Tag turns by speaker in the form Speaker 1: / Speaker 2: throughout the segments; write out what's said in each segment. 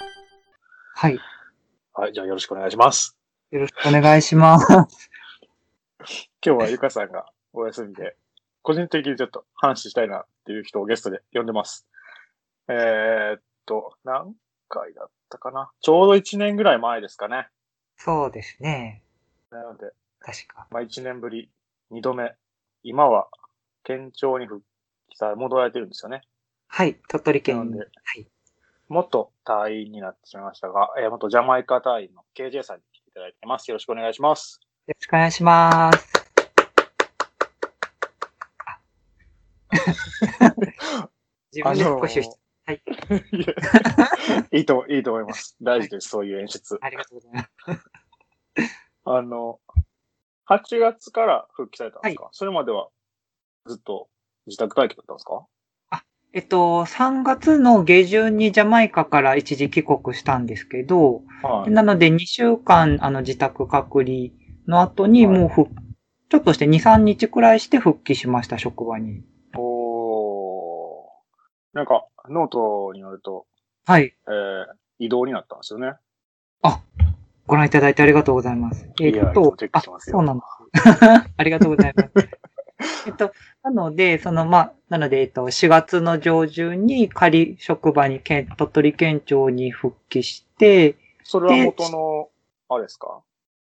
Speaker 1: はい。よ
Speaker 2: はい、じゃあよろしくお願いします。
Speaker 1: ろしくお願いします。
Speaker 2: 今日はゆかさんがお休みで、個人的にちょっと話したいなっていう人をゲストで呼んでます。えー、っと、何回だったかなちょうど1年ぐらい前ですかね。
Speaker 1: そうですね。
Speaker 2: なので、
Speaker 1: 確か。
Speaker 2: まあ1年ぶり、2度目、今は県庁に復帰さ、戻られてるんですよね。
Speaker 1: はい。鳥取
Speaker 2: な
Speaker 1: 県
Speaker 2: の
Speaker 1: に
Speaker 2: で、
Speaker 1: はい。
Speaker 2: 元隊員になってしまいましたが、えー元ジャマイカ隊員の KJ さんに来ていただいてます。よろしくお願いします。
Speaker 1: よろしくお願いします。 あ自分で少し、はい。
Speaker 2: いいと、いいと思います。大事です、そういう演出。
Speaker 1: ありがとうございます。
Speaker 2: あの、8月から復帰されたんですか、それまではずっと自宅待機だったんですか
Speaker 1: えっと、3月の下旬にジャマイカから一時帰国したんですけど、
Speaker 2: はい。
Speaker 1: なので2週間あの自宅隔離の後に
Speaker 2: はい
Speaker 1: もうふ、ちょっとして2、3日くらいして復帰しました、職場に。
Speaker 2: おーなんか、ノートによると、
Speaker 1: はい。
Speaker 2: えー、移動になったんですよね。
Speaker 1: ご覧いただいてありがとうございます。え
Speaker 2: いや
Speaker 1: っ
Speaker 2: いつも
Speaker 1: と
Speaker 2: チェッ、ク
Speaker 1: あ、
Speaker 2: し
Speaker 1: そ
Speaker 2: ますよ
Speaker 1: うなの。ありがとうござい ます。えっと、なので、その、まあ、なので、えっと、4月の上旬に仮職場に県、鳥取県庁に復帰して、
Speaker 2: それは
Speaker 1: で
Speaker 2: 元の、あれですか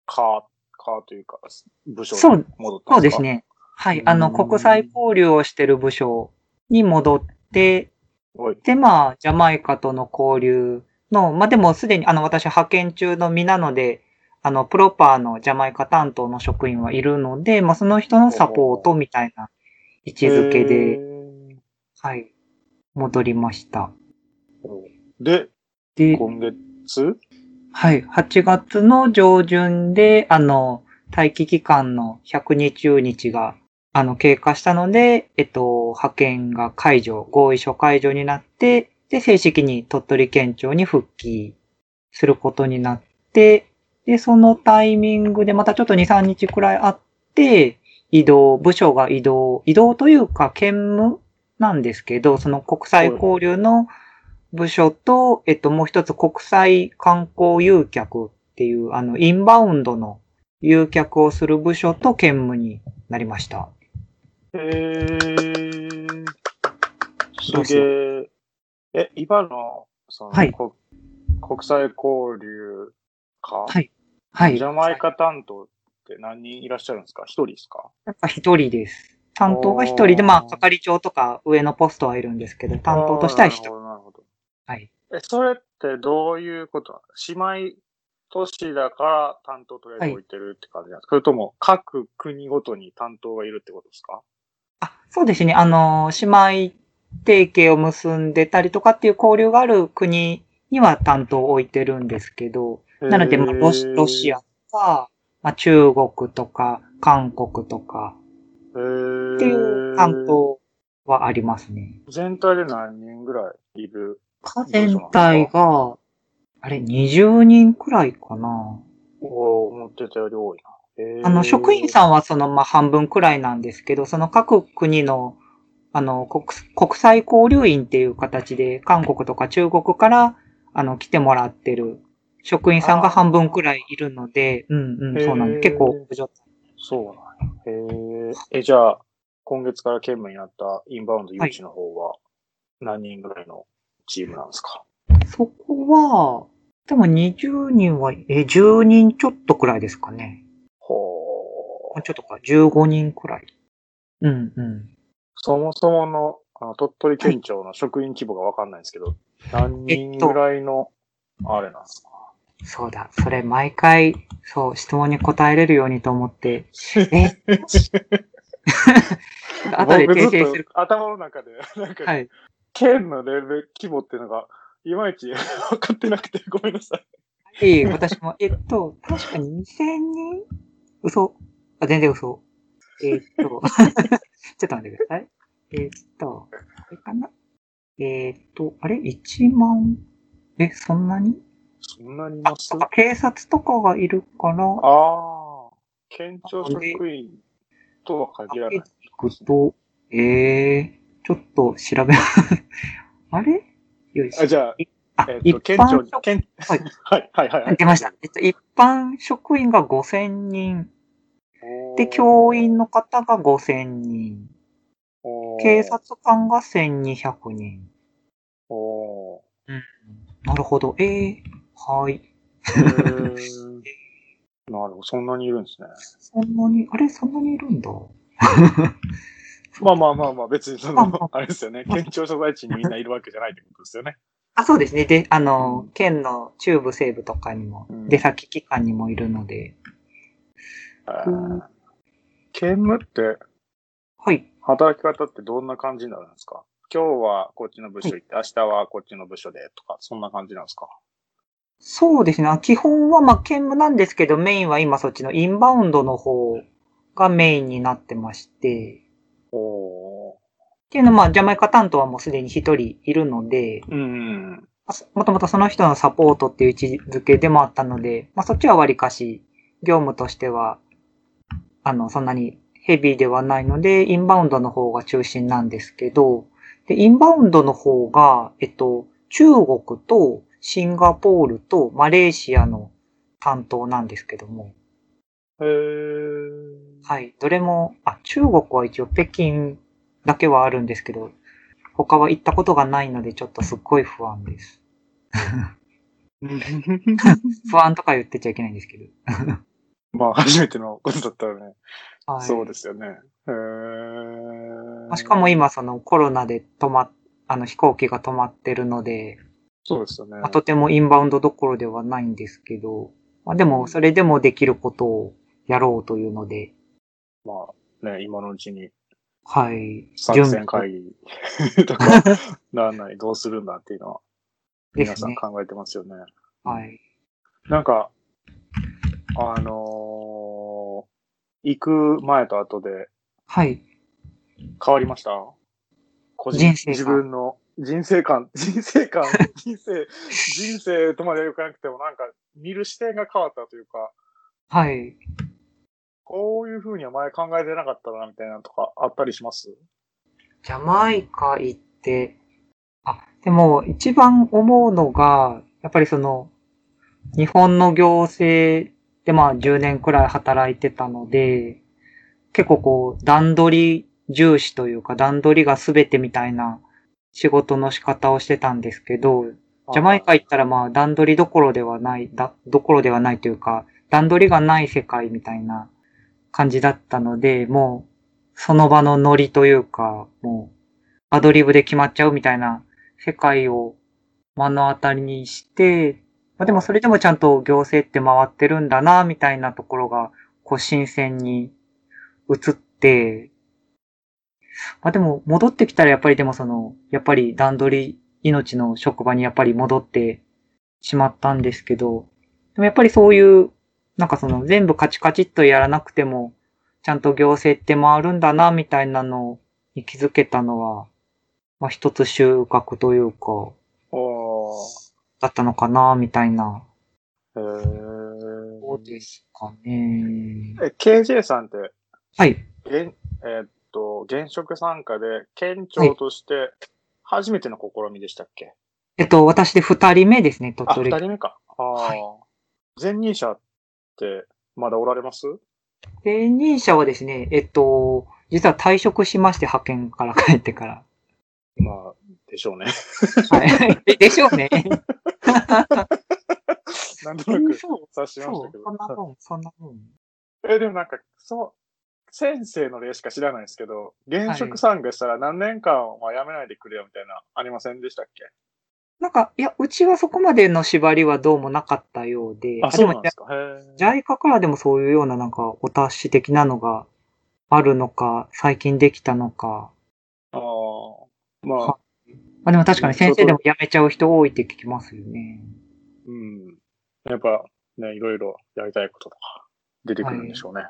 Speaker 2: か、かというか、部署
Speaker 1: そ
Speaker 2: に
Speaker 1: う
Speaker 2: 戻った
Speaker 1: そ
Speaker 2: ん
Speaker 1: う
Speaker 2: で
Speaker 1: です
Speaker 2: か
Speaker 1: す。ね。はい。
Speaker 2: うん
Speaker 1: あの、国際交流をしてる部署に戻って、
Speaker 2: おい
Speaker 1: で、まあ、ジャマイカとの交流の、まあでもすでに、あの、私派遣中の身なので、あの、プロパーのジャマイカ担当の職員はいるので、まあその人のサポートみたいな位置づけ
Speaker 2: え
Speaker 1: で、
Speaker 2: ー
Speaker 1: はい、戻りました。
Speaker 2: で、
Speaker 1: で、
Speaker 2: 今月
Speaker 1: はい、8月の上旬で、あの、待機期間の120日が、あの、経過したので、えっと、派遣が解除、合意書解除になって、で、正式に鳥取県庁に復帰することになって、で、そのタイミングでまたちょっと2、3日くらいあって、移動、部署が移動、移動というか兼務なんですけど、その国際交流の部署と、えっと、もう一つ国際観光誘客っていう、あの、インバウンドの誘客をする部署と兼務になりました。
Speaker 2: へー。
Speaker 1: どう
Speaker 2: す
Speaker 1: しよ
Speaker 2: げえ。え、今の、その、
Speaker 1: はい
Speaker 2: こ国際交流か、
Speaker 1: はいはい。
Speaker 2: ジャマイカ担当って何人いらっしゃるんですか一人ですか
Speaker 1: なんか一人です。担当が一人で、
Speaker 2: おー
Speaker 1: まあ、係長とか上のポストはいるんですけど、担当としては一人。
Speaker 2: あーなるほど、なるほ
Speaker 1: はい。
Speaker 2: ど。え、それってどういうことなの姉妹都市だから担当とりあえず置いてるって感じなんですか、それとも各国ごとに担当がいるってことですか
Speaker 1: あ、そうですね。あの、姉妹提携を結んでたりとかっていう交流がある国には担当を置いてるんですけど、なので、まあ、ロシロシアとか、まあ、中国とか、韓国とか、
Speaker 2: てい
Speaker 1: っていう担当はありますね。
Speaker 2: 全体で何人ぐらいいる
Speaker 1: 全体が、あれ、20人くらいかな。
Speaker 2: おお、思ってたより多いな。へー
Speaker 1: あの、職員さんはその、まあ、半分くらいなんですけど、その各国の、あの、国国際交流員っていう形で、韓国とか中国から、あの、来てもらってる職員さんが半分くらいいるので、うんうん、そうなんで
Speaker 2: へ
Speaker 1: す。
Speaker 2: ー
Speaker 1: 結構、補助
Speaker 2: そうなんや。へえ。え、じゃあ、今月から兼務になったインバウンド誘致の方は、何人ぐらいのチームなんですか、
Speaker 1: そこは、でも20人は、え、10人ちょっとくらいですかね。
Speaker 2: ほ
Speaker 1: もう
Speaker 2: ー
Speaker 1: ちょっとか、15人くらい。うんうん。
Speaker 2: そもそものあの鳥取県庁の職員規模がわかんないんですけど、何人ぐらいの、あれなんですか
Speaker 1: そうだ、それ毎回、そう、質問に答えれるようにと思って、 え後で
Speaker 2: 僕
Speaker 1: 訂
Speaker 2: ずっ
Speaker 1: 正する。
Speaker 2: と頭の中で、 なんか、
Speaker 1: はい。
Speaker 2: 県のレベル規模っていうのが、いまいち 分かってなくて、ごめんなさい。
Speaker 1: いい私も、えっと、確かに2000人嘘。あ、全然嘘。えっと、ちょ っと待ってください。えっと、これかなえっと、あれ ?1 万え、そんなに
Speaker 2: そんなにい
Speaker 1: あ、
Speaker 2: ます
Speaker 1: そうか、警察とかがいるから、
Speaker 2: ああ、県庁職員とは限らない。
Speaker 1: 聞くと、 ええー、ちょっと調べ、あれよいしょ
Speaker 2: あ、じゃあ、
Speaker 1: あ
Speaker 2: えっ、
Speaker 1: 一
Speaker 2: と、県庁
Speaker 1: 般
Speaker 2: に、
Speaker 1: 職
Speaker 2: 県、
Speaker 1: はい
Speaker 2: はい、はい、はいはい。
Speaker 1: 出ました。えっと、一般職員が5000人。
Speaker 2: おー。
Speaker 1: で、教員の方が5000人。
Speaker 2: おー、
Speaker 1: 警察官が1200人。
Speaker 2: おー。
Speaker 1: なるほど。ええはい。
Speaker 2: うーんなるほど、そんなにいるんですね。
Speaker 1: そんなに、あれそんなにいるんだ。
Speaker 2: まあまあまあまあ、別にそ
Speaker 1: まあま
Speaker 2: の、あれですよね。県庁所在地にみんないるわけじゃないってことですよね。
Speaker 1: あ、そうですね。で、あの、
Speaker 2: うん
Speaker 1: 県の中部西部とかにも、
Speaker 2: うん
Speaker 1: 出先機関にもいるので。
Speaker 2: あ
Speaker 1: う
Speaker 2: ー刑務って、
Speaker 1: はい。
Speaker 2: 働き方ってどんな感じになるんですか今日はこっちの部署行って、明日はこっちの部署でとか、そんな感じなんですか
Speaker 1: そうですね。基本は、まあ、兼務なんですけど、メインは今そっちのインバウンドの方がメインになってまして。
Speaker 2: おー。
Speaker 1: っていうのは、まあ、ジャマイカ担当はもうすでに一人いるので、
Speaker 2: うん。
Speaker 1: まあもともとその人のサポートっていう位置づけでもあったので、まあ、そっちは割かし、業務としては、あの、そんなにヘビーではないので、インバウンドの方が中心なんですけど、で、インバウンドの方が、えっと、中国とシンガポールとマレーシアの担当なんですけども、
Speaker 2: へー。
Speaker 1: はい、どれも、あ、中国は一応北京だけはあるんですけど、他は行ったことがないので、ちょっとすっごい不安です。不安とか言ってちゃいけないんですけど。
Speaker 2: まあ、初めてのことだったらね、
Speaker 1: はい、
Speaker 2: そうですよね。へー。
Speaker 1: まあしかも今、そのコロナで止まっ、あの飛行機が止まってるので、
Speaker 2: そうですよね
Speaker 1: まあ。とてもインバウンドどころではないんですけど、まあ、でも、それでもできることをやろうというので、
Speaker 2: まあ、ね、今のうちに
Speaker 1: はい。
Speaker 2: 作戦会議 とか、なんなりどうするんだっていうのは、
Speaker 1: で
Speaker 2: 皆
Speaker 1: す
Speaker 2: さん
Speaker 1: ね。
Speaker 2: 考えてますよね。
Speaker 1: はい。
Speaker 2: なんか、あのー行く前と後で
Speaker 1: はい。
Speaker 2: 変わりました個人
Speaker 1: 人生観
Speaker 2: 自分の人生観、 人生観、人生、人生とまではよくなくても、なんか、見る視点が変わったというか、
Speaker 1: はい。
Speaker 2: こういうふうには前考えてなかったな、みたいなのとかあったりします
Speaker 1: ジャマイカ行って、あ、でも一番思うのが、やっぱりその、日本の行政でまあ10年くらい働いてたので、結構こう段取り重視というか段取りが全てみたいな仕事の仕方をしてたんですけど、ジャマイカ行ったらまあ段取りどころではない、だ、どころではないというか、段取りがない世界みたいな感じだったので、もうその場のノリというか、もうアドリブで決まっちゃうみたいな世界を目の当たりにして、まあでもそれでもちゃんと行政って回ってるんだな、みたいなところが、こう新鮮に移って、まあでも戻ってきたらやっぱりでもその、やっぱり段取り命の職場にやっぱり戻ってしまったんですけど、でもやっぱりそういう、なんかその全部カチカチっとやらなくても、ちゃんと行政って回るんだな、みたいなのに気づけたのは、まあ一つ収穫というか、
Speaker 2: おー。
Speaker 1: だったのかな、みたいな。
Speaker 2: へー
Speaker 1: すかね。
Speaker 2: え、KJ さんって、
Speaker 1: はい。
Speaker 2: 現えーっと、現職参加で、県庁として、初めての試みでしたっけ、
Speaker 1: えっと、私で二人目ですね、鳥
Speaker 2: あ、二
Speaker 1: 取。
Speaker 2: 人目か。ああ、
Speaker 1: は
Speaker 2: 前任者って、まだおられます
Speaker 1: 前任者はですね、えっと、実は退職しまして、派遣から帰ってから。
Speaker 2: まあ、でしょうね。
Speaker 1: はい。 ででしょうね。
Speaker 2: なんと
Speaker 1: そ
Speaker 2: な
Speaker 1: う
Speaker 2: く
Speaker 1: そう、
Speaker 2: 察しま
Speaker 1: そ
Speaker 2: した
Speaker 1: う
Speaker 2: け
Speaker 1: そんな
Speaker 2: ど。
Speaker 1: もん、そんなもん。
Speaker 2: え、でもなんか、そう、先生の例しか知らないですけど、現職参加したら何年間は辞めないでくれよみたいな、ありませんでしたっけ
Speaker 1: なんか、いや、うちはそこまでの縛りはどうもなかったようで、
Speaker 2: あ、そうなんですか。へー
Speaker 1: ジャイカからでもそういうようななんかお達し的なのがあるのか、最近できたのか。
Speaker 2: あーまあ
Speaker 1: は、まあでも確かに先生でも辞めちゃう人多いって聞きますよね。
Speaker 2: うん。やっぱね、いろいろやりたいこととか出てくるんでしょうね。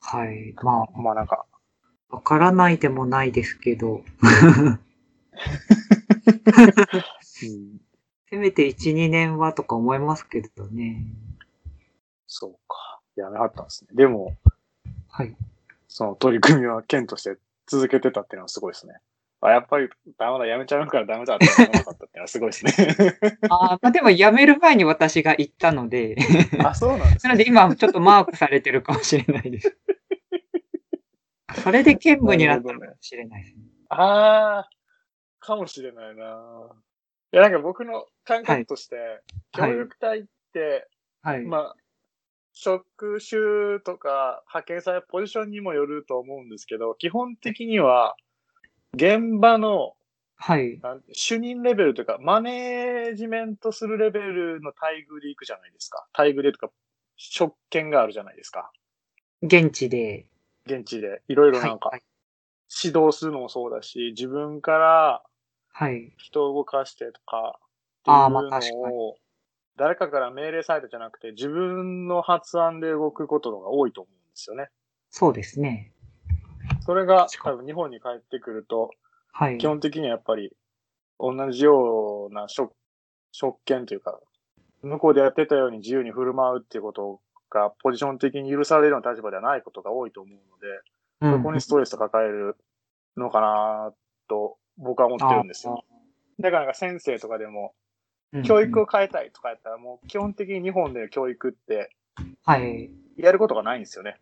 Speaker 1: はい。ま
Speaker 2: まあなんか、
Speaker 1: あ、わからないでもないですけど、
Speaker 2: うん、
Speaker 1: せめて1、2年はとか思いますけどね。
Speaker 2: そうか。やめはったんですね。でも、
Speaker 1: はい。
Speaker 2: その取り組みは県として続けてたっていうのはすごいですね。あ、やっぱりダメだ、やめちゃうからダメだって思わなかったってってのはすごいです ね。
Speaker 1: あーまあ、でも辞める前に私が行ったので、
Speaker 2: あ、そうなんです
Speaker 1: なので今ちょっとマークされてるかもしれない です。それで兼務になったのかもしれないですね。
Speaker 2: ああ、かもしれないな。いや、なんか僕の感覚として、
Speaker 1: はい
Speaker 2: 協力隊って、
Speaker 1: はい。
Speaker 2: まあ、職種とか派遣されるポジションにもよると思うんですけど、基本的には、現場の
Speaker 1: はい。
Speaker 2: なんて主任レベルというか、マネージメントするレベルの待遇で行くじゃないですか。待遇でとか、職権があるじゃないですか。
Speaker 1: 現地で。
Speaker 2: 現地で。いろいろ
Speaker 1: は
Speaker 2: なん
Speaker 1: い
Speaker 2: か、
Speaker 1: はい。
Speaker 2: 指導するのもそうだし、自分から
Speaker 1: はい。
Speaker 2: 人を動かしてとか、ってい
Speaker 1: あー
Speaker 2: う
Speaker 1: まあ確
Speaker 2: のを、誰かから命令されたじゃなくて、自分の発案で動くことのが多いと思うんですよね。
Speaker 1: そうですね。
Speaker 2: それが
Speaker 1: 確か
Speaker 2: 多
Speaker 1: に
Speaker 2: 分日本に帰ってくると、
Speaker 1: はい
Speaker 2: 基。本的にはやっぱり同じような職職権というか、向こうでやってたように自由に振る舞うっていうことがポジション的に許されるような立場ではないことが多いと思うので、
Speaker 1: うん
Speaker 2: そこにストレスを抱えるのかなと僕は思ってるんですよ。だからなんか先生とかでも、教育を変えたいとかやったら、もう基本的に日本での教育って、
Speaker 1: はい。
Speaker 2: やることがないんですよね。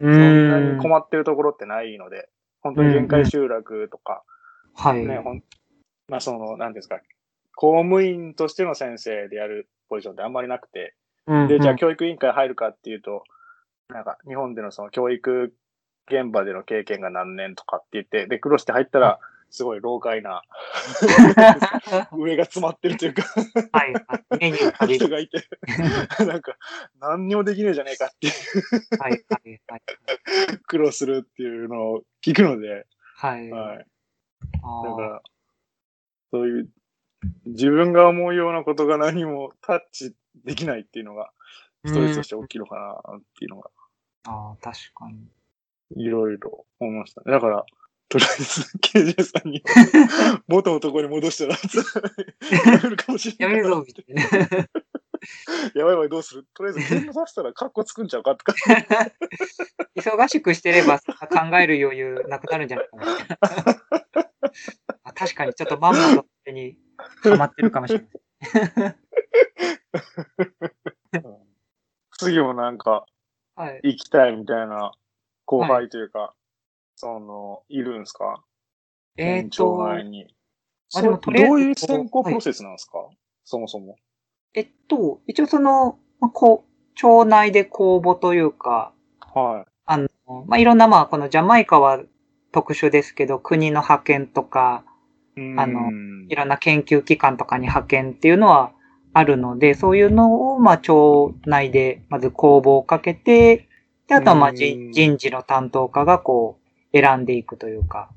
Speaker 1: う
Speaker 2: そんな
Speaker 1: ーん
Speaker 2: に。困ってるところってないので、本当に限界集落とか、
Speaker 1: はい。
Speaker 2: ね、ほん、まあその、なんていうんですか、公務員としての先生でやるポジションってあんまりなくて、
Speaker 1: うんうん
Speaker 2: で、じゃあ教育委員会入るかっていうと、なんか日本でのその教育現場での経験が何年とかって言って、で、苦労して入ったら、すごい老快な、上が詰まってるというか
Speaker 1: はいはい。メニュー借り
Speaker 2: 人
Speaker 1: る。
Speaker 2: がいて、なんか、何にもできねえじゃねえかっていう
Speaker 1: はいはいはい。
Speaker 2: 苦労するっていうのを聞くので、
Speaker 1: はい。
Speaker 2: は
Speaker 1: あ
Speaker 2: い。だか
Speaker 1: ー
Speaker 2: ら、そういう、自分が思うようなことが何もタッチできないっていうのが、ストレスとして大きいのかなっていうのが、
Speaker 1: あー、確かに。
Speaker 2: いろいろ思いましたね。だから、とりあえず、KJ さ んに、元のところに戻したら、やめるかもしれ
Speaker 1: や
Speaker 2: な
Speaker 1: め
Speaker 2: い
Speaker 1: る
Speaker 2: から。
Speaker 1: ぞ、みたいな。
Speaker 2: やばいやばい、どうするとりあえず、電話させたら、カッコつくんちゃうかとか。
Speaker 1: 忙しくしてればさ考える余裕なくなるんじゃないかな。あ確かに、ちょっとまんまと手にハマってるかもしれない。
Speaker 2: 次もなんか、
Speaker 1: はい。
Speaker 2: 行きたいみたいな後輩というか、その、いるんですか
Speaker 1: えっ
Speaker 2: 年長
Speaker 1: と、
Speaker 2: 前に。
Speaker 1: あ
Speaker 2: そ
Speaker 1: で
Speaker 2: れ
Speaker 1: もとりあえず
Speaker 2: どういう選考プロセスなんですか、そもそも。
Speaker 1: えっと、一応その、まあこう、町内で公募というか、
Speaker 2: は
Speaker 1: あの、まあ、いろんな、まあ、このジャマイカは特殊ですけど、国の派遣とか、
Speaker 2: い。
Speaker 1: あの
Speaker 2: うん
Speaker 1: いろんな研究機関とかに派遣っていうのはあるので、そういうのを、まあ、町内で、まず公募をかけて、で、あとは、まあ、
Speaker 2: う
Speaker 1: 人
Speaker 2: ん
Speaker 1: 人事の担当課が、こう、選んでいくというか、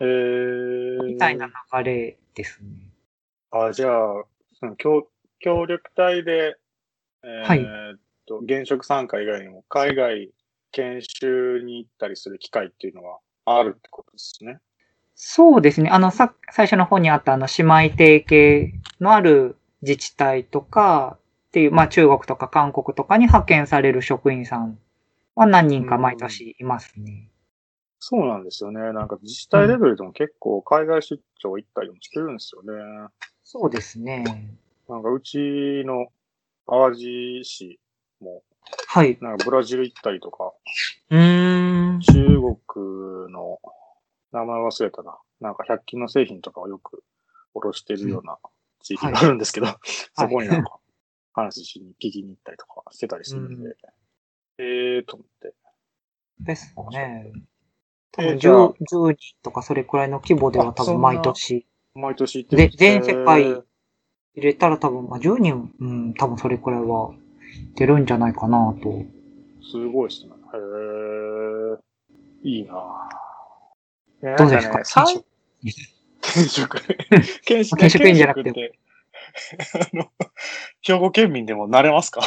Speaker 2: えー、
Speaker 1: みたいな流れですね。
Speaker 2: あ、じゃあ、その協協力隊で、えー
Speaker 1: はい
Speaker 2: っと、現職参加以外にも、海外研修に行ったりする機会っていうのはあるってことですね。
Speaker 1: そうですね。あの、さ、最初の方にあった、あの、姉妹提携のある自治体とか、っていう、まあ、中国とか韓国とかに派遣される職員さんは何人か毎年いますね。
Speaker 2: そうなんですよね。なんか自治体レベルでも結構海外出張行ったりもしてるんですよね。
Speaker 1: そうですね。
Speaker 2: なんかうちの淡路市も、
Speaker 1: はい。
Speaker 2: なんかブラジル行ったりとか、
Speaker 1: うーん。
Speaker 2: 中国の名前忘れたな。なんか100均の製品とかをよくおろしてるような地域があるんですけど、 そこになんか話しに聞きに行ったりとかしてたりするん
Speaker 1: う
Speaker 2: で、
Speaker 1: ん
Speaker 2: ええーと思って。
Speaker 1: ですね。多
Speaker 2: え
Speaker 1: 分
Speaker 2: ーじゃあ
Speaker 1: 10, 10人とかそれくらいの規模では多
Speaker 2: あそん
Speaker 1: 分
Speaker 2: な
Speaker 1: 毎年
Speaker 2: 毎年行って
Speaker 1: で
Speaker 2: て
Speaker 1: 全世界入れたら多分、まあ、10人、うん、多分それくらいは出るんじゃないかなと。
Speaker 2: すごいですね。へえ。いいなぁ。ね
Speaker 1: どうですか
Speaker 2: なんね転 職。転職。
Speaker 1: 転職員じゃなくて
Speaker 2: 転職って。あ の、兵庫県民でもなれますか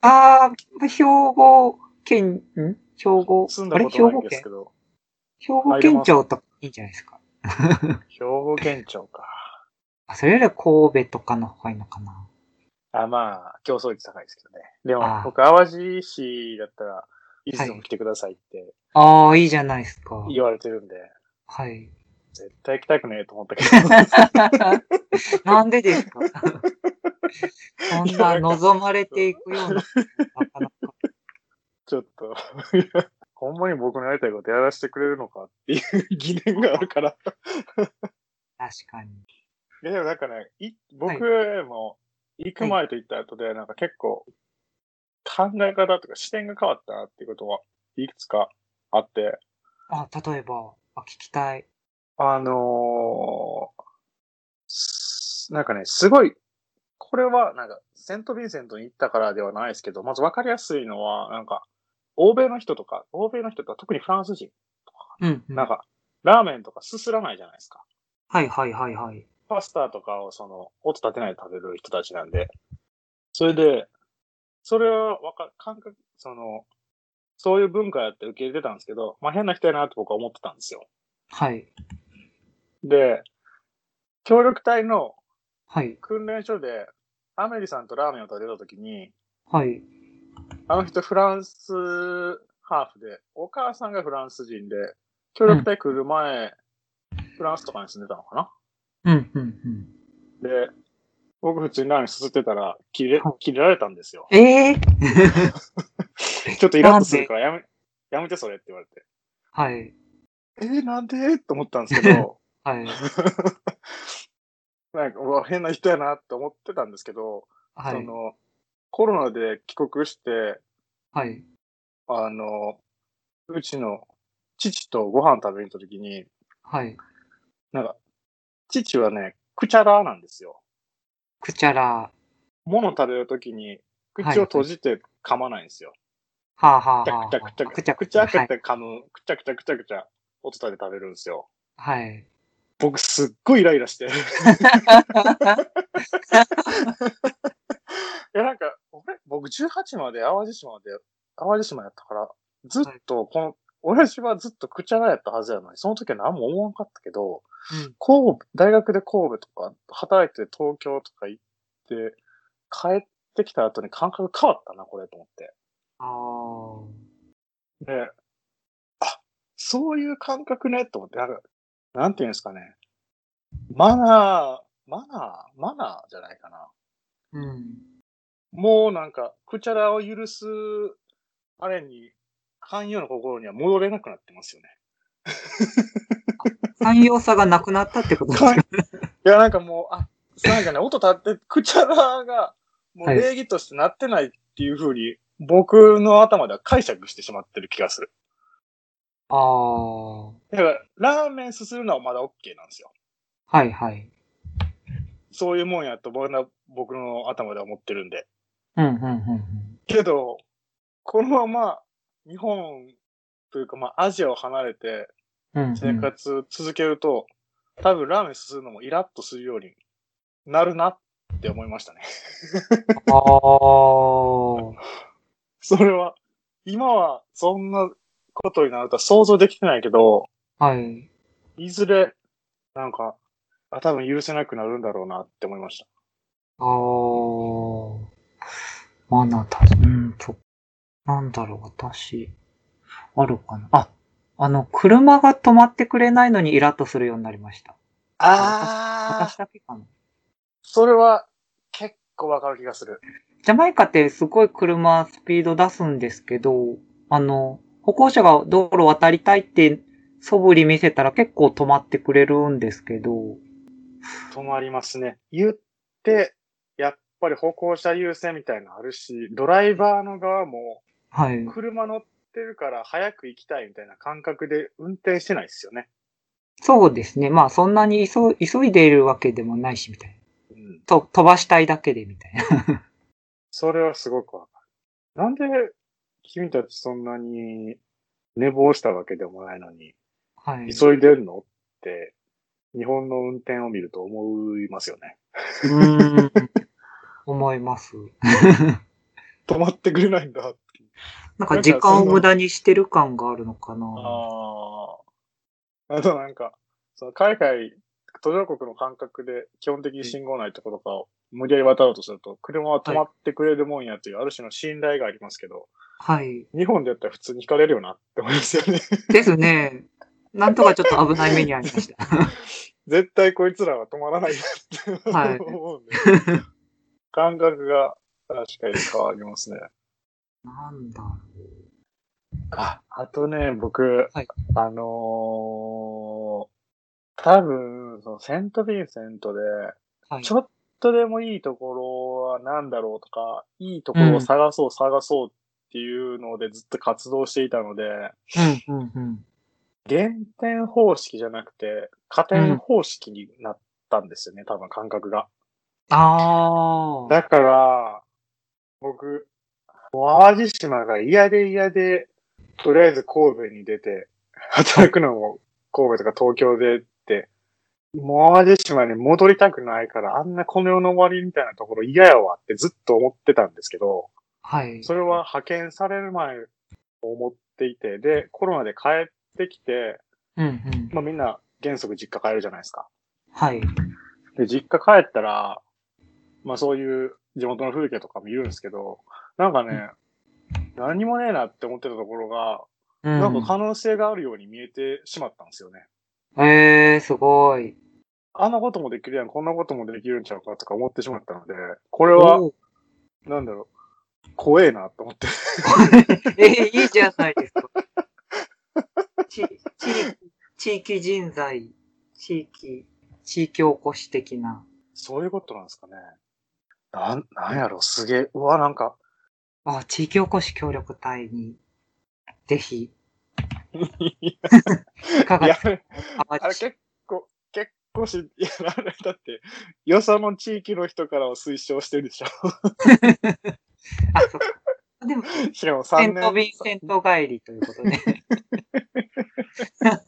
Speaker 1: ああ、兵庫県、ん兵庫、
Speaker 2: 住ん
Speaker 1: あ
Speaker 2: だ
Speaker 1: れ
Speaker 2: こ
Speaker 1: 兵
Speaker 2: とない
Speaker 1: 庫
Speaker 2: んです
Speaker 1: 県
Speaker 2: けど。
Speaker 1: 兵庫県庁とかいいんじゃないですか。
Speaker 2: 兵庫県庁か。
Speaker 1: あ、それよりは神戸とかの方がいいのかな。
Speaker 2: あ、まあ、競争率高いですけどね。で
Speaker 1: あ
Speaker 2: も
Speaker 1: あ、
Speaker 2: 僕、淡路市だったら、いつでも来てくださいって
Speaker 1: ああ、いいじゃないですか。
Speaker 2: 言われてるんで、
Speaker 1: はい。
Speaker 2: 絶対行きたくねえと思ったけど。
Speaker 1: なんでですかそんな望まれていくような、なかなか
Speaker 2: ちょっと、 ほんまに僕のやりたいことやらせてくれるのかっていう疑念があるから。
Speaker 1: 確かに。
Speaker 2: いやでもなんかね、い僕も行く前と行った後で、なんか結構考え方とか視点が変わったなっていうことはいくつかあって、
Speaker 1: あ、例えば、あ、聞きたい。
Speaker 2: あのーすなんかね、すごい、これはなんかセント・ヴィンセントに行ったからではないですけど、まずわかりやすいのは、なんか欧米の人とか、欧米の人とか特にフランス人、
Speaker 1: うん、うん。
Speaker 2: なん
Speaker 1: は
Speaker 2: かラーメンとかすすらないじゃないですか。
Speaker 1: いはいはいはい。
Speaker 2: パスタとかをその、音立てないで食べる人たちなんで、それで、それはわか、感覚、その、そういう文化やって受け入れてたんですけど、まあ変な人やなって僕は思ってたんですよ。
Speaker 1: はい。
Speaker 2: で、協力隊の
Speaker 1: はい。
Speaker 2: 訓練所で、アメリさんとラーメンを食べたときに、
Speaker 1: はい。
Speaker 2: あの人フランスハーフで、お母さんがフランス人で、協力隊来る前、フランスとかに住んでたのかな
Speaker 1: うん、うん、うん。
Speaker 2: で、僕普通にラーメンすすってたら、切れ
Speaker 1: はい、
Speaker 2: 切れられたんですよ。
Speaker 1: ええ
Speaker 2: ちょっとイラッとするからやめ、やめてそれって言われて。
Speaker 1: はい。
Speaker 2: えーなんでと思ったんですけど、
Speaker 1: はい。
Speaker 2: なんか、うわ、変な人やなって思ってたんですけど、
Speaker 1: は
Speaker 2: そ
Speaker 1: い。
Speaker 2: の、コロナで帰国して、
Speaker 1: はい。
Speaker 2: あの、うちの父とご飯食べに行った時に、
Speaker 1: はい。
Speaker 2: なんか、父はね、くちゃらなんですよ。
Speaker 1: くちゃら。は
Speaker 2: 物食べる時に、
Speaker 1: はい
Speaker 2: 口を閉じて噛まないんですよ。
Speaker 1: あ、はあはあ、
Speaker 2: くちゃくちゃ
Speaker 1: あ
Speaker 2: くちゃくちゃくちゃくちゃ噛む、くちゃくちゃくちゃくちゃ、音立てて食べるんですよ。
Speaker 1: はい。
Speaker 2: 僕すっごいイライラして。
Speaker 1: はい。
Speaker 2: いや、なんか、俺、僕18まで淡路島で、淡路島やったから、ずっと、この、親父はずっとくちゃらやったはずやのに、その時は何も思わんかったけど、
Speaker 1: うん
Speaker 2: 神戸、大学で神戸とか、働いて東京とか行って、帰ってきた後に感覚変わったな、これと思って。
Speaker 1: ああ。
Speaker 2: で、あ、そういう感覚ね、と思って、なんか、なんていうんですかね。マナー、マナー、マナーじゃないかな。
Speaker 1: うん。
Speaker 2: もうなんか、くちゃらを許す、あれに、寛容の心には戻れなくなってますよね。
Speaker 1: 寛容さがなくなったってことですか
Speaker 2: いや、なんかもう、あ、な んかね、音立って、くちゃらが、もう
Speaker 1: はい
Speaker 2: 礼儀としてなってないっていうふうに、僕の頭では解釈してしまってる気がする。
Speaker 1: ああ。は
Speaker 2: だから、ラーメンすするのはまだ OK なんですよ。
Speaker 1: いはい。
Speaker 2: そういうもんやと僕の僕の頭では思ってるんで。
Speaker 1: うんうんうんうん。
Speaker 2: けど、このまま、日本というか、まあ、アジアを離れて、
Speaker 1: うんうん、
Speaker 2: 生活続けると、多分ラーメンすするのもイラッとするようになるなって思いましたね。
Speaker 1: ああ。
Speaker 2: それは、今はそんなことになるとは想像できてないけど、
Speaker 1: はい。
Speaker 2: いずれ、なんか、あ、多分許せなくなるんだろうなって思いました。
Speaker 1: ああ。マナーた、うん、と、なんだろう、私、あるかな。あ、あの、車が止まってくれないのにイラッとするようになりました。私
Speaker 2: あー、
Speaker 1: だけかな。
Speaker 2: それは結構わかる気がする。
Speaker 1: ジャマイカってすごい車スピード出すんですけど、あの、歩行者が道路渡りたいって素振り見せたら結構止まってくれるんですけど、
Speaker 2: 止まりますね。言って、やっぱり歩行者優先みたいなのあるし、ドライバーの側も、
Speaker 1: はい。
Speaker 2: 車乗ってるから早く行きたいみたいな感覚で運転してないですよね。
Speaker 1: そうですね。まあそんなに急い急いでいるわけでもないし、みたいな。
Speaker 2: うん。
Speaker 1: と飛ばしたいだけで、みたいな。
Speaker 2: それはすごくわかる。なんで君たちそんなに寝坊したわけでもないのに、
Speaker 1: はい。
Speaker 2: 急いでるのって、日本の運転を見ると思いますよね。
Speaker 1: うーん。思います。
Speaker 2: 止まってくれないんだって。
Speaker 1: なんか時間を無駄にしてる感があるのかな。
Speaker 2: ああ。あとなんか、その海外、途上国の感覚で基本的に信号ないところとかを無理やり渡ろうとすると、車は止まってくれるもんやという、ある種の信頼がありますけど、
Speaker 1: はい。
Speaker 2: 日本でやったら普通に惹かれるよなって思いますよね。
Speaker 1: ですね。なんとかちょっと危ない目に遭いました。
Speaker 2: 絶対こいつらは止まらないな
Speaker 1: は
Speaker 2: って
Speaker 1: い
Speaker 2: 思うんで、 感覚が確かに変わりますね。
Speaker 1: なんだ。
Speaker 2: あ、あとね、僕、
Speaker 1: はい
Speaker 2: あのー多分、そのセント・ヴィンセントで、
Speaker 1: はい
Speaker 2: ち。ょっとでもいいところは何だろうとか、いいところを探そう、探そうっていうのでずっと活動していたので、
Speaker 1: うん、うん、うん。
Speaker 2: 減点方式じゃなくて、加点方式になったんですよね、多分感覚が。
Speaker 1: ああ。
Speaker 2: だから、僕、淡路島が嫌で嫌で、とりあえず神戸に出て、 働くのも神戸とか東京でって、もう淡路島に戻りたくないから、あんなこの世の終わりみたいなところ嫌やわってずっと思ってたんですけど、
Speaker 1: はい。
Speaker 2: それは派遣される前思っていて、で、コロナで帰ってきて、
Speaker 1: うん、うん。
Speaker 2: まあみんな原則実家帰るじゃないですか。
Speaker 1: はい。
Speaker 2: で、実家帰ったら、まあそういう地元の風景とか見るんですけど、なんかね、何もねえなって思ってたところが、
Speaker 1: うん、
Speaker 2: なんか可能性があるように見えてしまったんですよね。
Speaker 1: ええー、すごい。
Speaker 2: あんなこともできるやん、こんなこともできるんちゃうかとか思ってしまったので、これは、
Speaker 1: おー
Speaker 2: なんだろう、怖えなと思って。
Speaker 1: えー、いいじゃないですか。 ち地地域人材、地域、地域おこし的な。
Speaker 2: そういうことなんですかね。なん、なんやろ、すげえ。うわ、なんか、
Speaker 1: あ、地域おこし協力隊に、ぜ ひ。いかが
Speaker 2: い
Speaker 1: で
Speaker 2: や
Speaker 1: す、か
Speaker 2: あ れ結構、結構し、いや、あれだって、よその地域の人からを推奨してるでしょ。
Speaker 1: あ、そっか。でも、
Speaker 2: しかも
Speaker 1: セ
Speaker 2: 3
Speaker 1: ント
Speaker 2: 年
Speaker 1: ビン。セント帰りということで。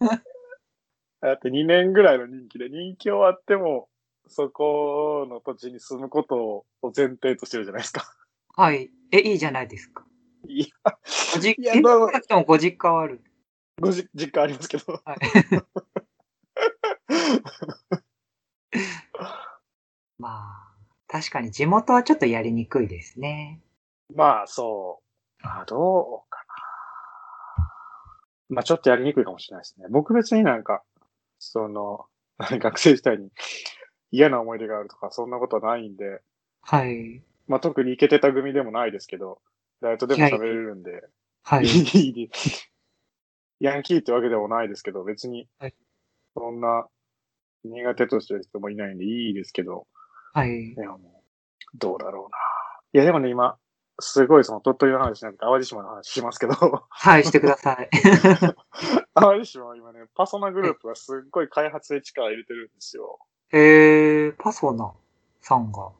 Speaker 2: だって2年ぐらいの人気で、人気終わっても、そこの土地に住むことを前提としてるじゃないですか。
Speaker 1: はい。え、いいじゃないですか。
Speaker 2: いや
Speaker 1: ご実
Speaker 2: い
Speaker 1: 家、
Speaker 2: や
Speaker 1: え
Speaker 2: どう
Speaker 1: 少なくともご実家はある。
Speaker 2: ごじ実家ありますけど。
Speaker 1: はいまあ、確かに地元はちょっとやりにくいですね。
Speaker 2: まあ、そう。あどうかな。まあ、ちょっとやりにくいかもしれないですね。僕別になんか、その、 学生時代に嫌な思い出があるとか、そんなことはないんで、
Speaker 1: はい。
Speaker 2: まあ、特にイケてた組でもないですけど、誰とでも喋れるんで、
Speaker 1: はい。
Speaker 2: いい ヤンキーってわけでもないですけど、別に
Speaker 1: はい、
Speaker 2: そんな苦手としてる人もいないんでいいですけど、
Speaker 1: はい
Speaker 2: い。やもうどうだろうな。いやでもね、今、すごいその鳥取の話じゃなくて淡路島の話しますけど、
Speaker 1: はい、してください。
Speaker 2: 淡路島は今ね、パソナグループがすっごい開発で力入れてるんですよ。
Speaker 1: えー、パソナさんが。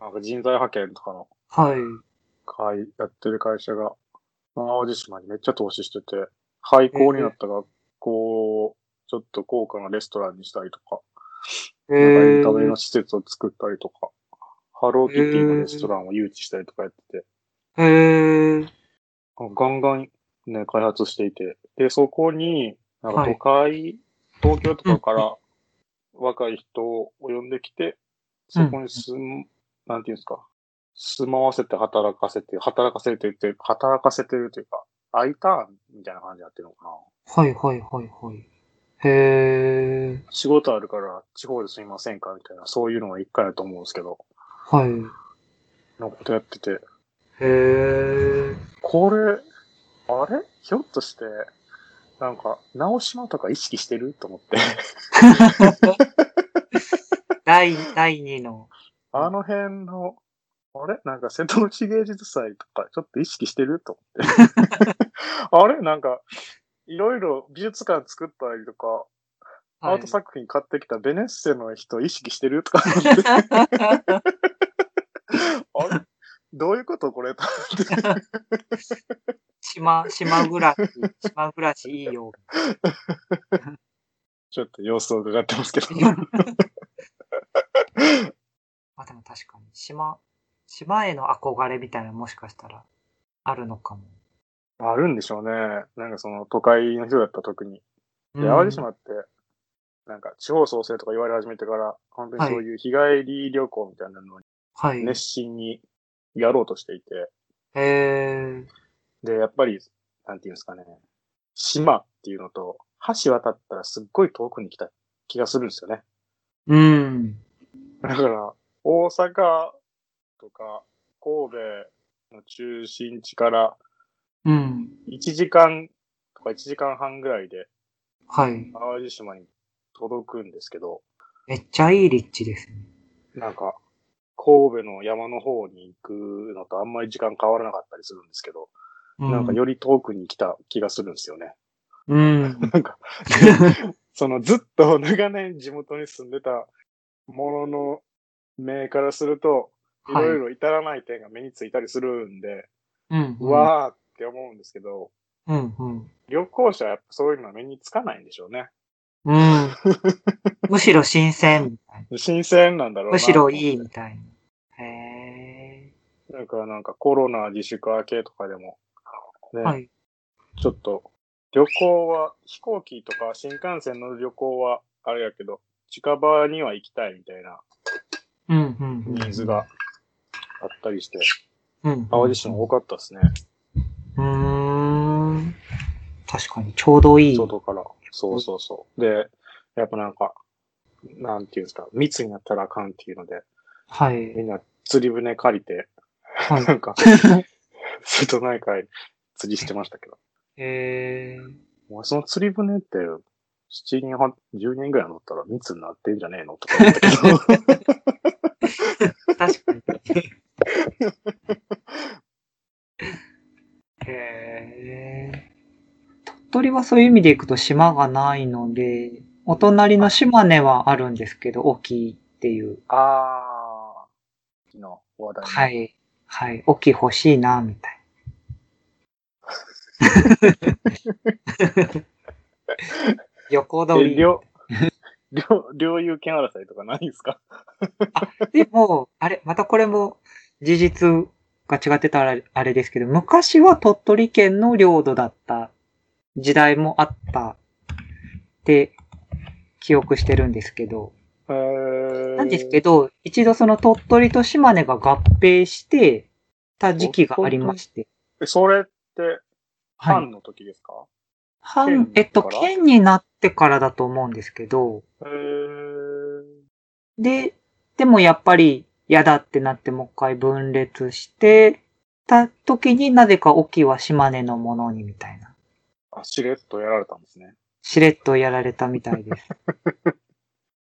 Speaker 2: なんか人材派遣とかの
Speaker 1: はい。
Speaker 2: 会、やってる会社が、淡路島にめっちゃ投資してて、廃校になった学校を、ちょっと高価なレストランにしたりとか、
Speaker 1: え
Speaker 2: なんかエンタメ
Speaker 1: ー
Speaker 2: の、施設を作ったりとか、ハローキティのレストランを誘致したりとかやってて、
Speaker 1: えー、
Speaker 2: ガンガンね、開発していて、で、そこに、なんか
Speaker 1: は
Speaker 2: 都
Speaker 1: い
Speaker 2: 会、東京とかから若い人を呼んできて、そこに住む、なんていうんですか、住まわせて働かせて、働かせてって、働かせてるというか、I ターンみたいな感じでやってるのかな。
Speaker 1: はいはいはいはい。へー、
Speaker 2: 仕事あるから地方ですみませんかみたいな、そういうのが一回だと思うんですけど、
Speaker 1: はい。
Speaker 2: のことやってて、
Speaker 1: へー、
Speaker 2: これ、あれひょっとして、なんか、直島とか意識してると思 って。
Speaker 1: 第、第2の。
Speaker 2: あの辺の、あれなんか瀬戸内芸術祭とか、ちょっと意識してると思 って。あれなんか、いろいろ美術館作ったりとか、
Speaker 1: はい
Speaker 2: アート作品買ってきたベネッセの人意識して るとか思って。あれどういうことこれと思って。
Speaker 1: 島、島暮らし、島暮らしいいよ。
Speaker 2: ちょっと様子を伺っ て ますけど。
Speaker 1: まあでも確かに、島、島への憧れみたいなのもしかしたらあるのかも。
Speaker 2: あるんでしょうね。なんかその都会の人だったら特に。で、淡路島って、なんか地方創生とか言われ始めてから、本当にそういう日帰り旅行みたいなのを
Speaker 1: はい。
Speaker 2: 熱心にやろうとしていて、
Speaker 1: へえー、
Speaker 2: で、やっぱり、なんていうんですかね、島っていうのと、橋渡ったらすっごい遠くに来た気がするんですよね。
Speaker 1: うん。
Speaker 2: だから、大阪とか神戸の中心地から
Speaker 1: うん。
Speaker 2: 1時間とか1時間半ぐらいで
Speaker 1: はい。
Speaker 2: 淡路島に届くんですけど、
Speaker 1: めっちゃいい立地ですね。
Speaker 2: なんか、神戸の山の方に行くのとあんまり時間変わらなかったりするんですけど、
Speaker 1: う
Speaker 2: なんかより遠くに来た気がするんですよね。
Speaker 1: うん。
Speaker 2: なんか、そのずっと長年地元に住んでたものの目からすると、い
Speaker 1: はい
Speaker 2: ろいろ至らない点が目についたりするんで、
Speaker 1: うん。
Speaker 2: うわーって思うんですけど、
Speaker 1: うん。うん。
Speaker 2: 旅行者はやっぱそういうのは目につかないんでしょうね。
Speaker 1: うん。むしろ新鮮みたいな。
Speaker 2: 新鮮なんだろうな。
Speaker 1: むしろいいみたいな。へ
Speaker 2: なんか、なんかコロナ自粛明けとかでも、ね、
Speaker 1: ーはい。
Speaker 2: ちょっと、旅行は、飛行機とか新幹線の旅行は、あれやけど、近場には行きたいみたいな
Speaker 1: うん。うん。うん
Speaker 2: ニーズが。あったりして、
Speaker 1: うん。
Speaker 2: 淡路島多かったですね。
Speaker 1: うーん。確かに、ちょうどいい。
Speaker 2: 外から。そうそうそう。で、やっぱなんか、なんていうんですか、密になったらあかんっていうので、
Speaker 1: はい
Speaker 2: み。んな釣り船借りて、
Speaker 1: はい
Speaker 2: なんか、 瀬戸内海釣りしてましたけど。
Speaker 1: へー
Speaker 2: もうその釣り船って、7人は、10人ぐらい乗ったら密になってんじゃねえのとか思ったけど、
Speaker 1: 確かに。 へえ。鳥取はそういう意味で行くと島がないので、お隣の島根はあるんですけど、隠岐っていう。
Speaker 2: あー、昨日話題の
Speaker 1: はい。はい。隠岐欲しいな、みたいな。横取り。
Speaker 2: え、領、領、領有権争いとかないんですか
Speaker 1: でも、あれ、またこれも事実が違ってたらあれですけど、昔は鳥取県の領土だった時代もあったって記憶してるんですけど、
Speaker 2: えー
Speaker 1: なんですけど、一度その鳥取と島根が合併してた時期がありまして、
Speaker 2: えそれって、
Speaker 1: は
Speaker 2: 藩
Speaker 1: い。
Speaker 2: の時ですか、
Speaker 1: 藩、えっと、
Speaker 2: 県から
Speaker 1: 県になってからだと思うんですけど、
Speaker 2: えー、
Speaker 1: で、でもやっぱり嫌だってなってもう一回分裂してた時になぜか沖は島根のものにみたいな。
Speaker 2: あ、しれっとやられたんですね。
Speaker 1: しれっとやられたみたいです。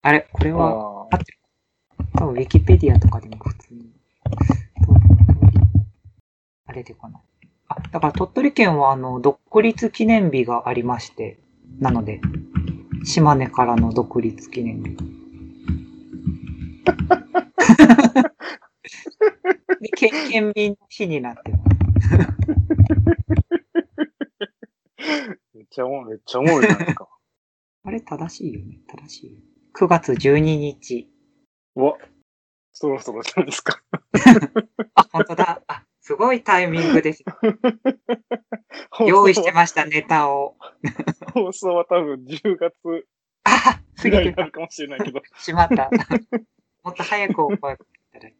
Speaker 1: あれこれ
Speaker 2: あ
Speaker 1: は、
Speaker 2: ー
Speaker 1: 多分ウィキペディアとかでも普通に。あれでかな。あ、だから鳥取県はあの、独立記念日がありまして、なので、島根からの独立記念日。で県県民の日になってます。
Speaker 2: めっちゃおもめっちゃおもろいじゃないですか。
Speaker 1: あれ正しいよね正しいよ。9月12日。
Speaker 2: うわ、そろそろじゃないですか。
Speaker 1: あ、本当だ。あ、すごいタイミングです。 用意してました、ネタを。
Speaker 2: 放送は多分10月
Speaker 1: あ、過
Speaker 2: ぐ
Speaker 1: ぎ
Speaker 2: らいに
Speaker 1: て
Speaker 2: な
Speaker 1: た。
Speaker 2: るかもしれない けど、
Speaker 1: しまった。もっと早くお声かけいただい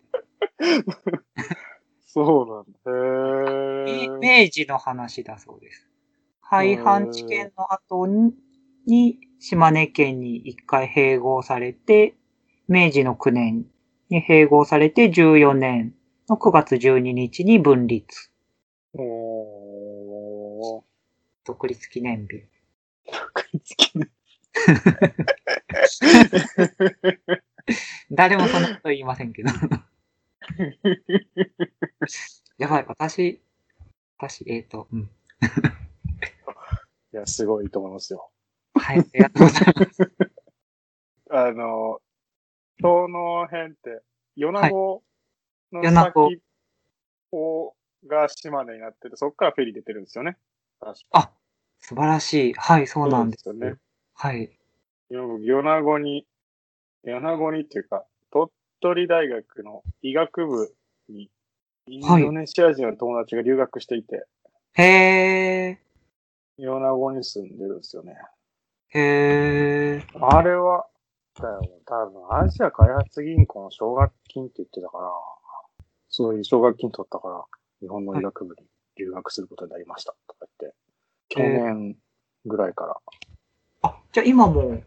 Speaker 2: そうなんだ。へ
Speaker 1: て。
Speaker 2: ー
Speaker 1: 明治の話だそうです。廃藩置県の後に、島根県に一回併合されて、明治の9年に併合されて、14年の9月12日に分立。
Speaker 2: おー。
Speaker 1: 独立記念日。
Speaker 2: 食いつきね
Speaker 1: 誰もそんなこと言いませんけど。やばい、私、私、えっ、と、うん。
Speaker 2: いや、すごいと思いますよ。
Speaker 1: はい、ありがとうございます。
Speaker 2: あの、東の辺って、米子の
Speaker 1: 米子
Speaker 2: 先をが島根になってて、そこからフェリー出てるんですよね。確か
Speaker 1: あ、素晴らしい。はい、そうなんです。
Speaker 2: そうですよね。
Speaker 1: はい。
Speaker 2: 米子に、米子にっていうか、鳥取大学の医学部に、インドネシア人の友達が留学していて、
Speaker 1: へえ、
Speaker 2: 米子に住んでるんですよね。
Speaker 1: へえ、
Speaker 2: あれは、だよ、多分、アジア開発銀行の奨学金って言ってたから、そういう奨学金取ったから、日本の医学部に留学することになりました、とか言って、去
Speaker 1: えー
Speaker 2: 年ぐらいから
Speaker 1: じゃあ今も、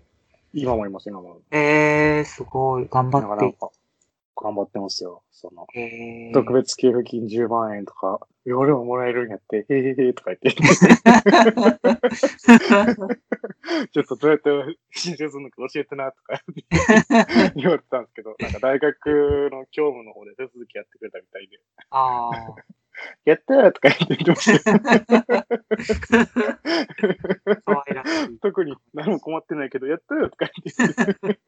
Speaker 2: 今もいます、今も。
Speaker 1: えー、すごい、頑張
Speaker 2: なか
Speaker 1: って
Speaker 2: なか、頑張ってますよ。その、
Speaker 1: いえー
Speaker 2: 特別給付金10万円とか、俺ももらえるんやって、へへへとか 言って、ちょっとどうやって申請するのか教えてな とか言われてたんですけど、なんか大学の教務の方で手続きやってくれたみたいで、
Speaker 1: ああ。
Speaker 2: やったーとか言ってきましたよ。
Speaker 1: かわいらしい。
Speaker 2: 特に何も困ってないけど、やったーとか言って。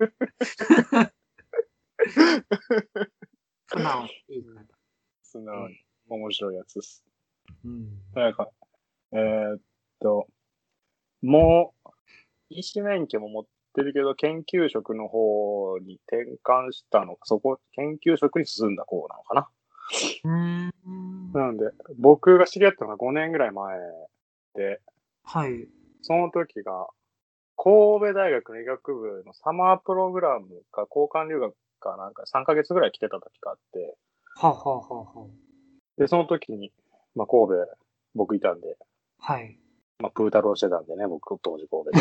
Speaker 1: 素直でいい方。
Speaker 2: 素直に面白いやつです。
Speaker 1: うん。
Speaker 2: なんか、えーっと、もう、医師免許も持ってるけど、研究職の方に転換したのか、そこ、研究職に進んだ方なのかな。
Speaker 1: うん。
Speaker 2: なので、僕が知り合ったのが5年ぐらい前で、
Speaker 1: はい。
Speaker 2: その時が、神戸大学の医学部のサマープログラムか交換留学かなんか3ヶ月ぐらい来てた時があって、
Speaker 1: はあ、はあはあは
Speaker 2: で、その時に、まあ、神戸、僕いたんで、
Speaker 1: あ、 はい。
Speaker 2: まあ、プータローしてたんでね、僕、当時神 戸で。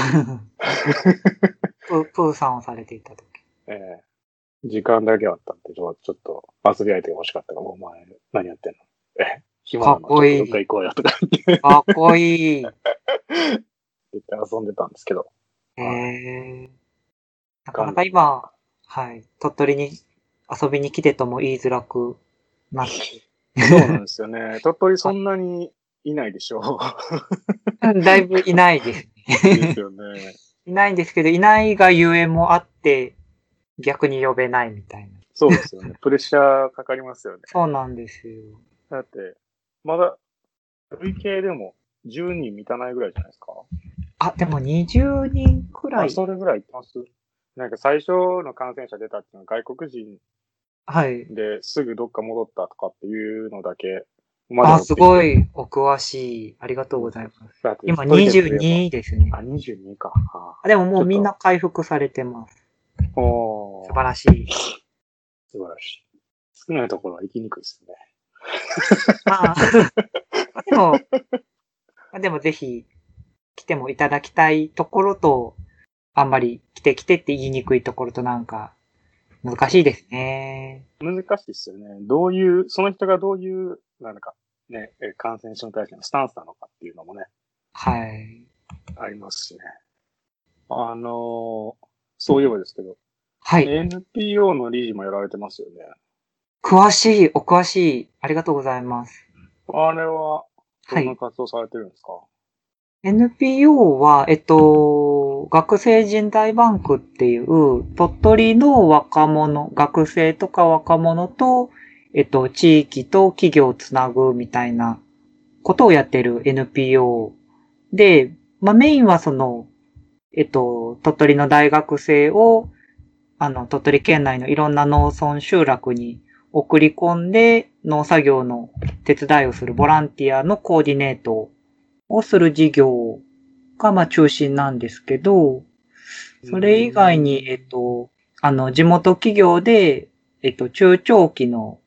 Speaker 1: プープーさんをされていたとき。
Speaker 2: ええ時間だけあったんで、ちょちょっと、遊び相手が欲しかったから、お前、何やってんのえ、暇なの
Speaker 1: かっこいい
Speaker 2: ちょっとどっか行こうよ とか言って
Speaker 1: かっこいい。
Speaker 2: 言って遊んでたんです けど。
Speaker 1: へえなかなか今、はい。鳥取に遊びに来てとも言いづらくなって。
Speaker 2: そうなんですよね。鳥取そんなにいないでしょ
Speaker 1: だいぶいないです。
Speaker 2: う。ですよね。
Speaker 1: いないんですけど、いないがゆえもあって、逆に呼べないみたいな。
Speaker 2: そうですよね。プレッシャーかかりますよね。
Speaker 1: そうなんですよ。
Speaker 2: だって、まだ、累計でも10人満たないぐらいじゃないですか。
Speaker 1: あ、でも20人くら
Speaker 2: あ
Speaker 1: い。
Speaker 2: それぐらいいってますなんか最初の感染者出たっていうのは外国人
Speaker 1: はい。
Speaker 2: ですぐどっか戻ったとかっていうのだけ。まだ
Speaker 1: あ、すごい。お詳しい。ありがとうございます。
Speaker 2: だって
Speaker 1: 今
Speaker 2: 一人で
Speaker 1: 22ですね
Speaker 2: あ、。22か。あ
Speaker 1: あでももうみんな回復されてます。
Speaker 2: ーおー
Speaker 1: 素晴らしい。
Speaker 2: 素晴らしい。少ないところは行きにくいですね。
Speaker 1: まあ、でも、まあでもぜひ来てもいただきたいところと、あんまり来て来てって言いにくいところとなんか、難しいですね。
Speaker 2: 難しいですよね。どういう、その人がどういう、なんか、ね、え感染症に対してのスタンスなのかっていうのもね、
Speaker 1: はい。
Speaker 2: ありますしね。あのーそういえばですけど、
Speaker 1: はい。
Speaker 2: NPO の理事もやられてますよね。
Speaker 1: 詳しい、お詳しい。ありがとうございます。
Speaker 2: あれは、ど
Speaker 1: は。
Speaker 2: んない活動されてるんですか、
Speaker 1: NPO は、えっと、学生人材バンクっていう、鳥取の若者、学生とか若者と、えっと、地域と企業をつなぐみたいなことをやってる NPO で、まあ、メインはその、えっと、鳥取の大学生を、あの、鳥取県内のいろんな農村集落に送り込んで、農作業の手伝いをするボランティアのコーディネートををする事業が、まあ、中心なんですけど、それ以外に、えっと、あの、地元企業で、えっと、中長期の、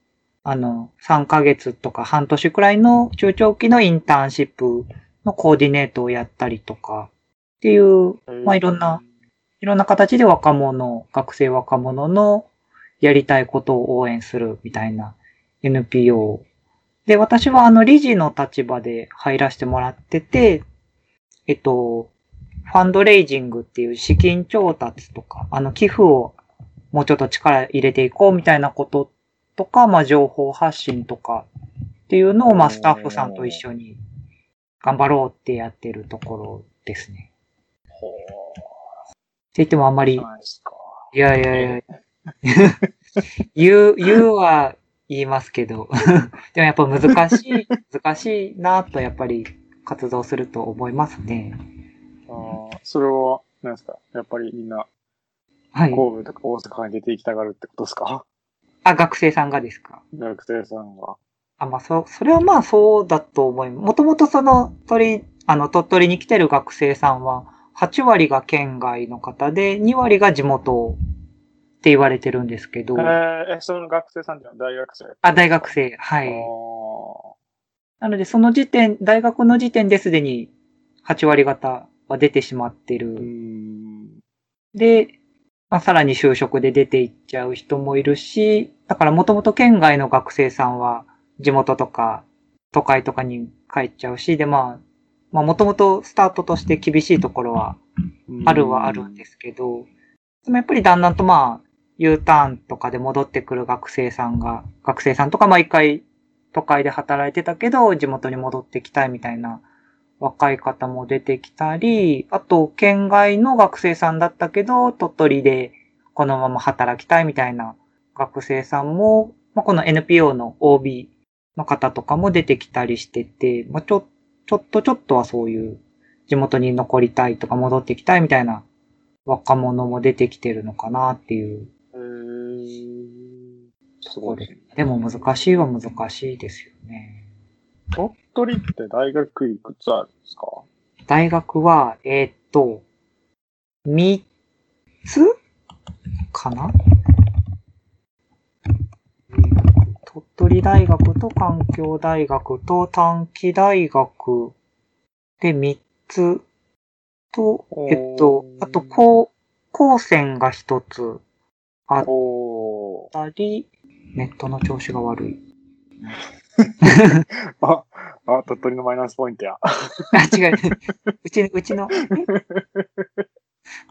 Speaker 1: あの、3ヶ月とか半年くらいの中長期のインターンシップのコーディネートをやったりとか、っていう、
Speaker 2: うん、
Speaker 1: まあいろんな。いろんな形で若者、学生若者のやりたいことを応援するみたいな NPO。で、私はあの理事の立場で入らせてもらってて、えっと、ファンドレイジングっていう資金調達とか、あの寄付をもうちょっと力入れていこうみたいなこととか、まあ情報発信とかっていうのをまあスタッフさんと一緒に頑張ろうってやってるところですね。
Speaker 2: ほ
Speaker 1: って言ってもあんま
Speaker 2: う
Speaker 1: り
Speaker 2: ないですか。
Speaker 1: いやいやいや。言う、言うは言いますけど、 でもやっぱ難しい、難しいなとやっぱり活動すると思いますね。
Speaker 2: あーそれは、何ですかやっぱりみんな、
Speaker 1: はい。
Speaker 2: 神戸とか大阪に出て行きたがるってことですか
Speaker 1: あ、学生さんがですか。
Speaker 2: 学生さんは。
Speaker 1: あ、まあ、そ、それはまあそうだと思います。もともとその鳥、あの、鳥取に来てる学生さんは、8割が県外の方で、2割が地元って言われてるんですけ
Speaker 2: え
Speaker 1: ど、
Speaker 2: ー、え、その学生さんっていうのは大学生
Speaker 1: あ、大学生、はい。
Speaker 2: あ
Speaker 1: なので、その時点、大学の時点ですでに8割方は出てしまって
Speaker 2: ーうー
Speaker 1: る
Speaker 2: ん。
Speaker 1: で、まあ、さらに就職で出ていっちゃう人もいるし、だからもともと県外の学生さんは地元とか都会とかに帰っちゃうし、でまあ、まあもともとスタートとして厳しいところはあるはあるんですすけど、でもやっぱりだんだんとまあ、U ターンとかで戻ってくる学生さんが、学生さんとか毎回都会で働いてたけど、地元に戻ってきたいみたいな若い方も出てきたり、あと県外の学生さんだったけど、鳥取でこのまま働きたいみたいな学生さんも、まあ、この NPO の OB の方とかも出てきたりしてて、まあ、ちょ、ちょっとちょっとはそういう地元に残りたいとか戻ってきたいみたいな若者も出てきてるのかなっていう
Speaker 2: うーんすごいですね。
Speaker 1: でも難しいは難しいですよね。
Speaker 2: 鳥取って大学いくつあるんですか
Speaker 1: 大学は、えーっと、三つかな鳥取大学と環境大学と短期大学で三つと、えっと
Speaker 2: お、ー
Speaker 1: あと、高、高専が一つあっ
Speaker 2: おー。
Speaker 1: たり、ネットの調子が悪い。
Speaker 2: あ、あ、鳥取のマイナスポイン トや。
Speaker 1: あ、違う。 うちの、うちの、え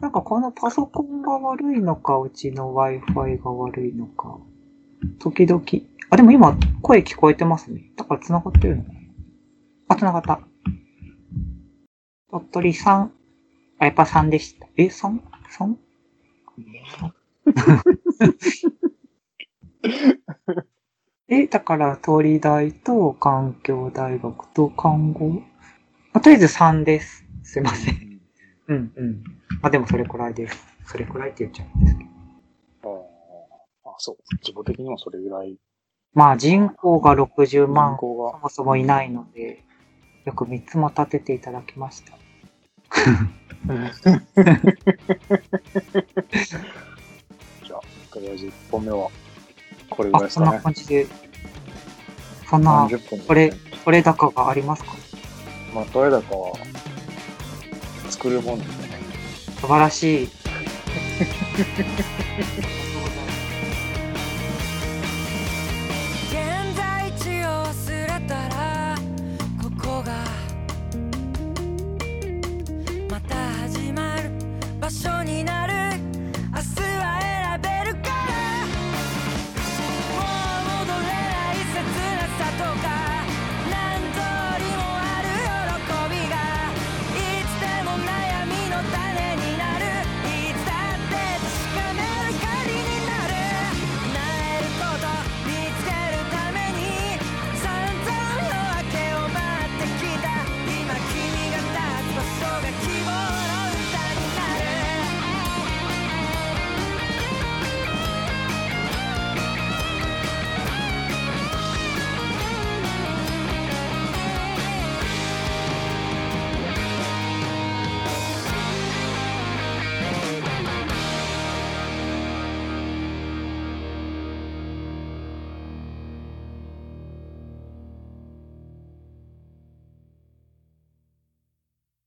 Speaker 1: なんかこのパソコンが悪いのか、うちの Wi-Fi が悪いのか。時々。あ、でも今、声聞こえてますね。だから繋がってるのかなあ、繋がった。鳥取さん。あ、やっぱ3でした。え、3?3? え、だから、鳥大と環境大学と看護。まあ、とりあえず3です。すいません。うんうん。まあでもそれくらいです。それくらいって言っちゃうんですけど。
Speaker 2: ああ、そう。規模的にもそれぐらい。
Speaker 1: まあ人口が60万、
Speaker 2: 人口
Speaker 1: そもそもいないので、よく3つも立てていただきました。
Speaker 2: が。じゃあ、とりあえず1本目は、これぐらい
Speaker 1: あ、
Speaker 2: です
Speaker 1: そん
Speaker 2: か
Speaker 1: な
Speaker 2: ね。
Speaker 1: 感じで。そんな、
Speaker 2: 30分ですね
Speaker 1: これ。これ高がありますか
Speaker 2: まあ、どれだかは、作るもんですね。
Speaker 1: 素晴らしい。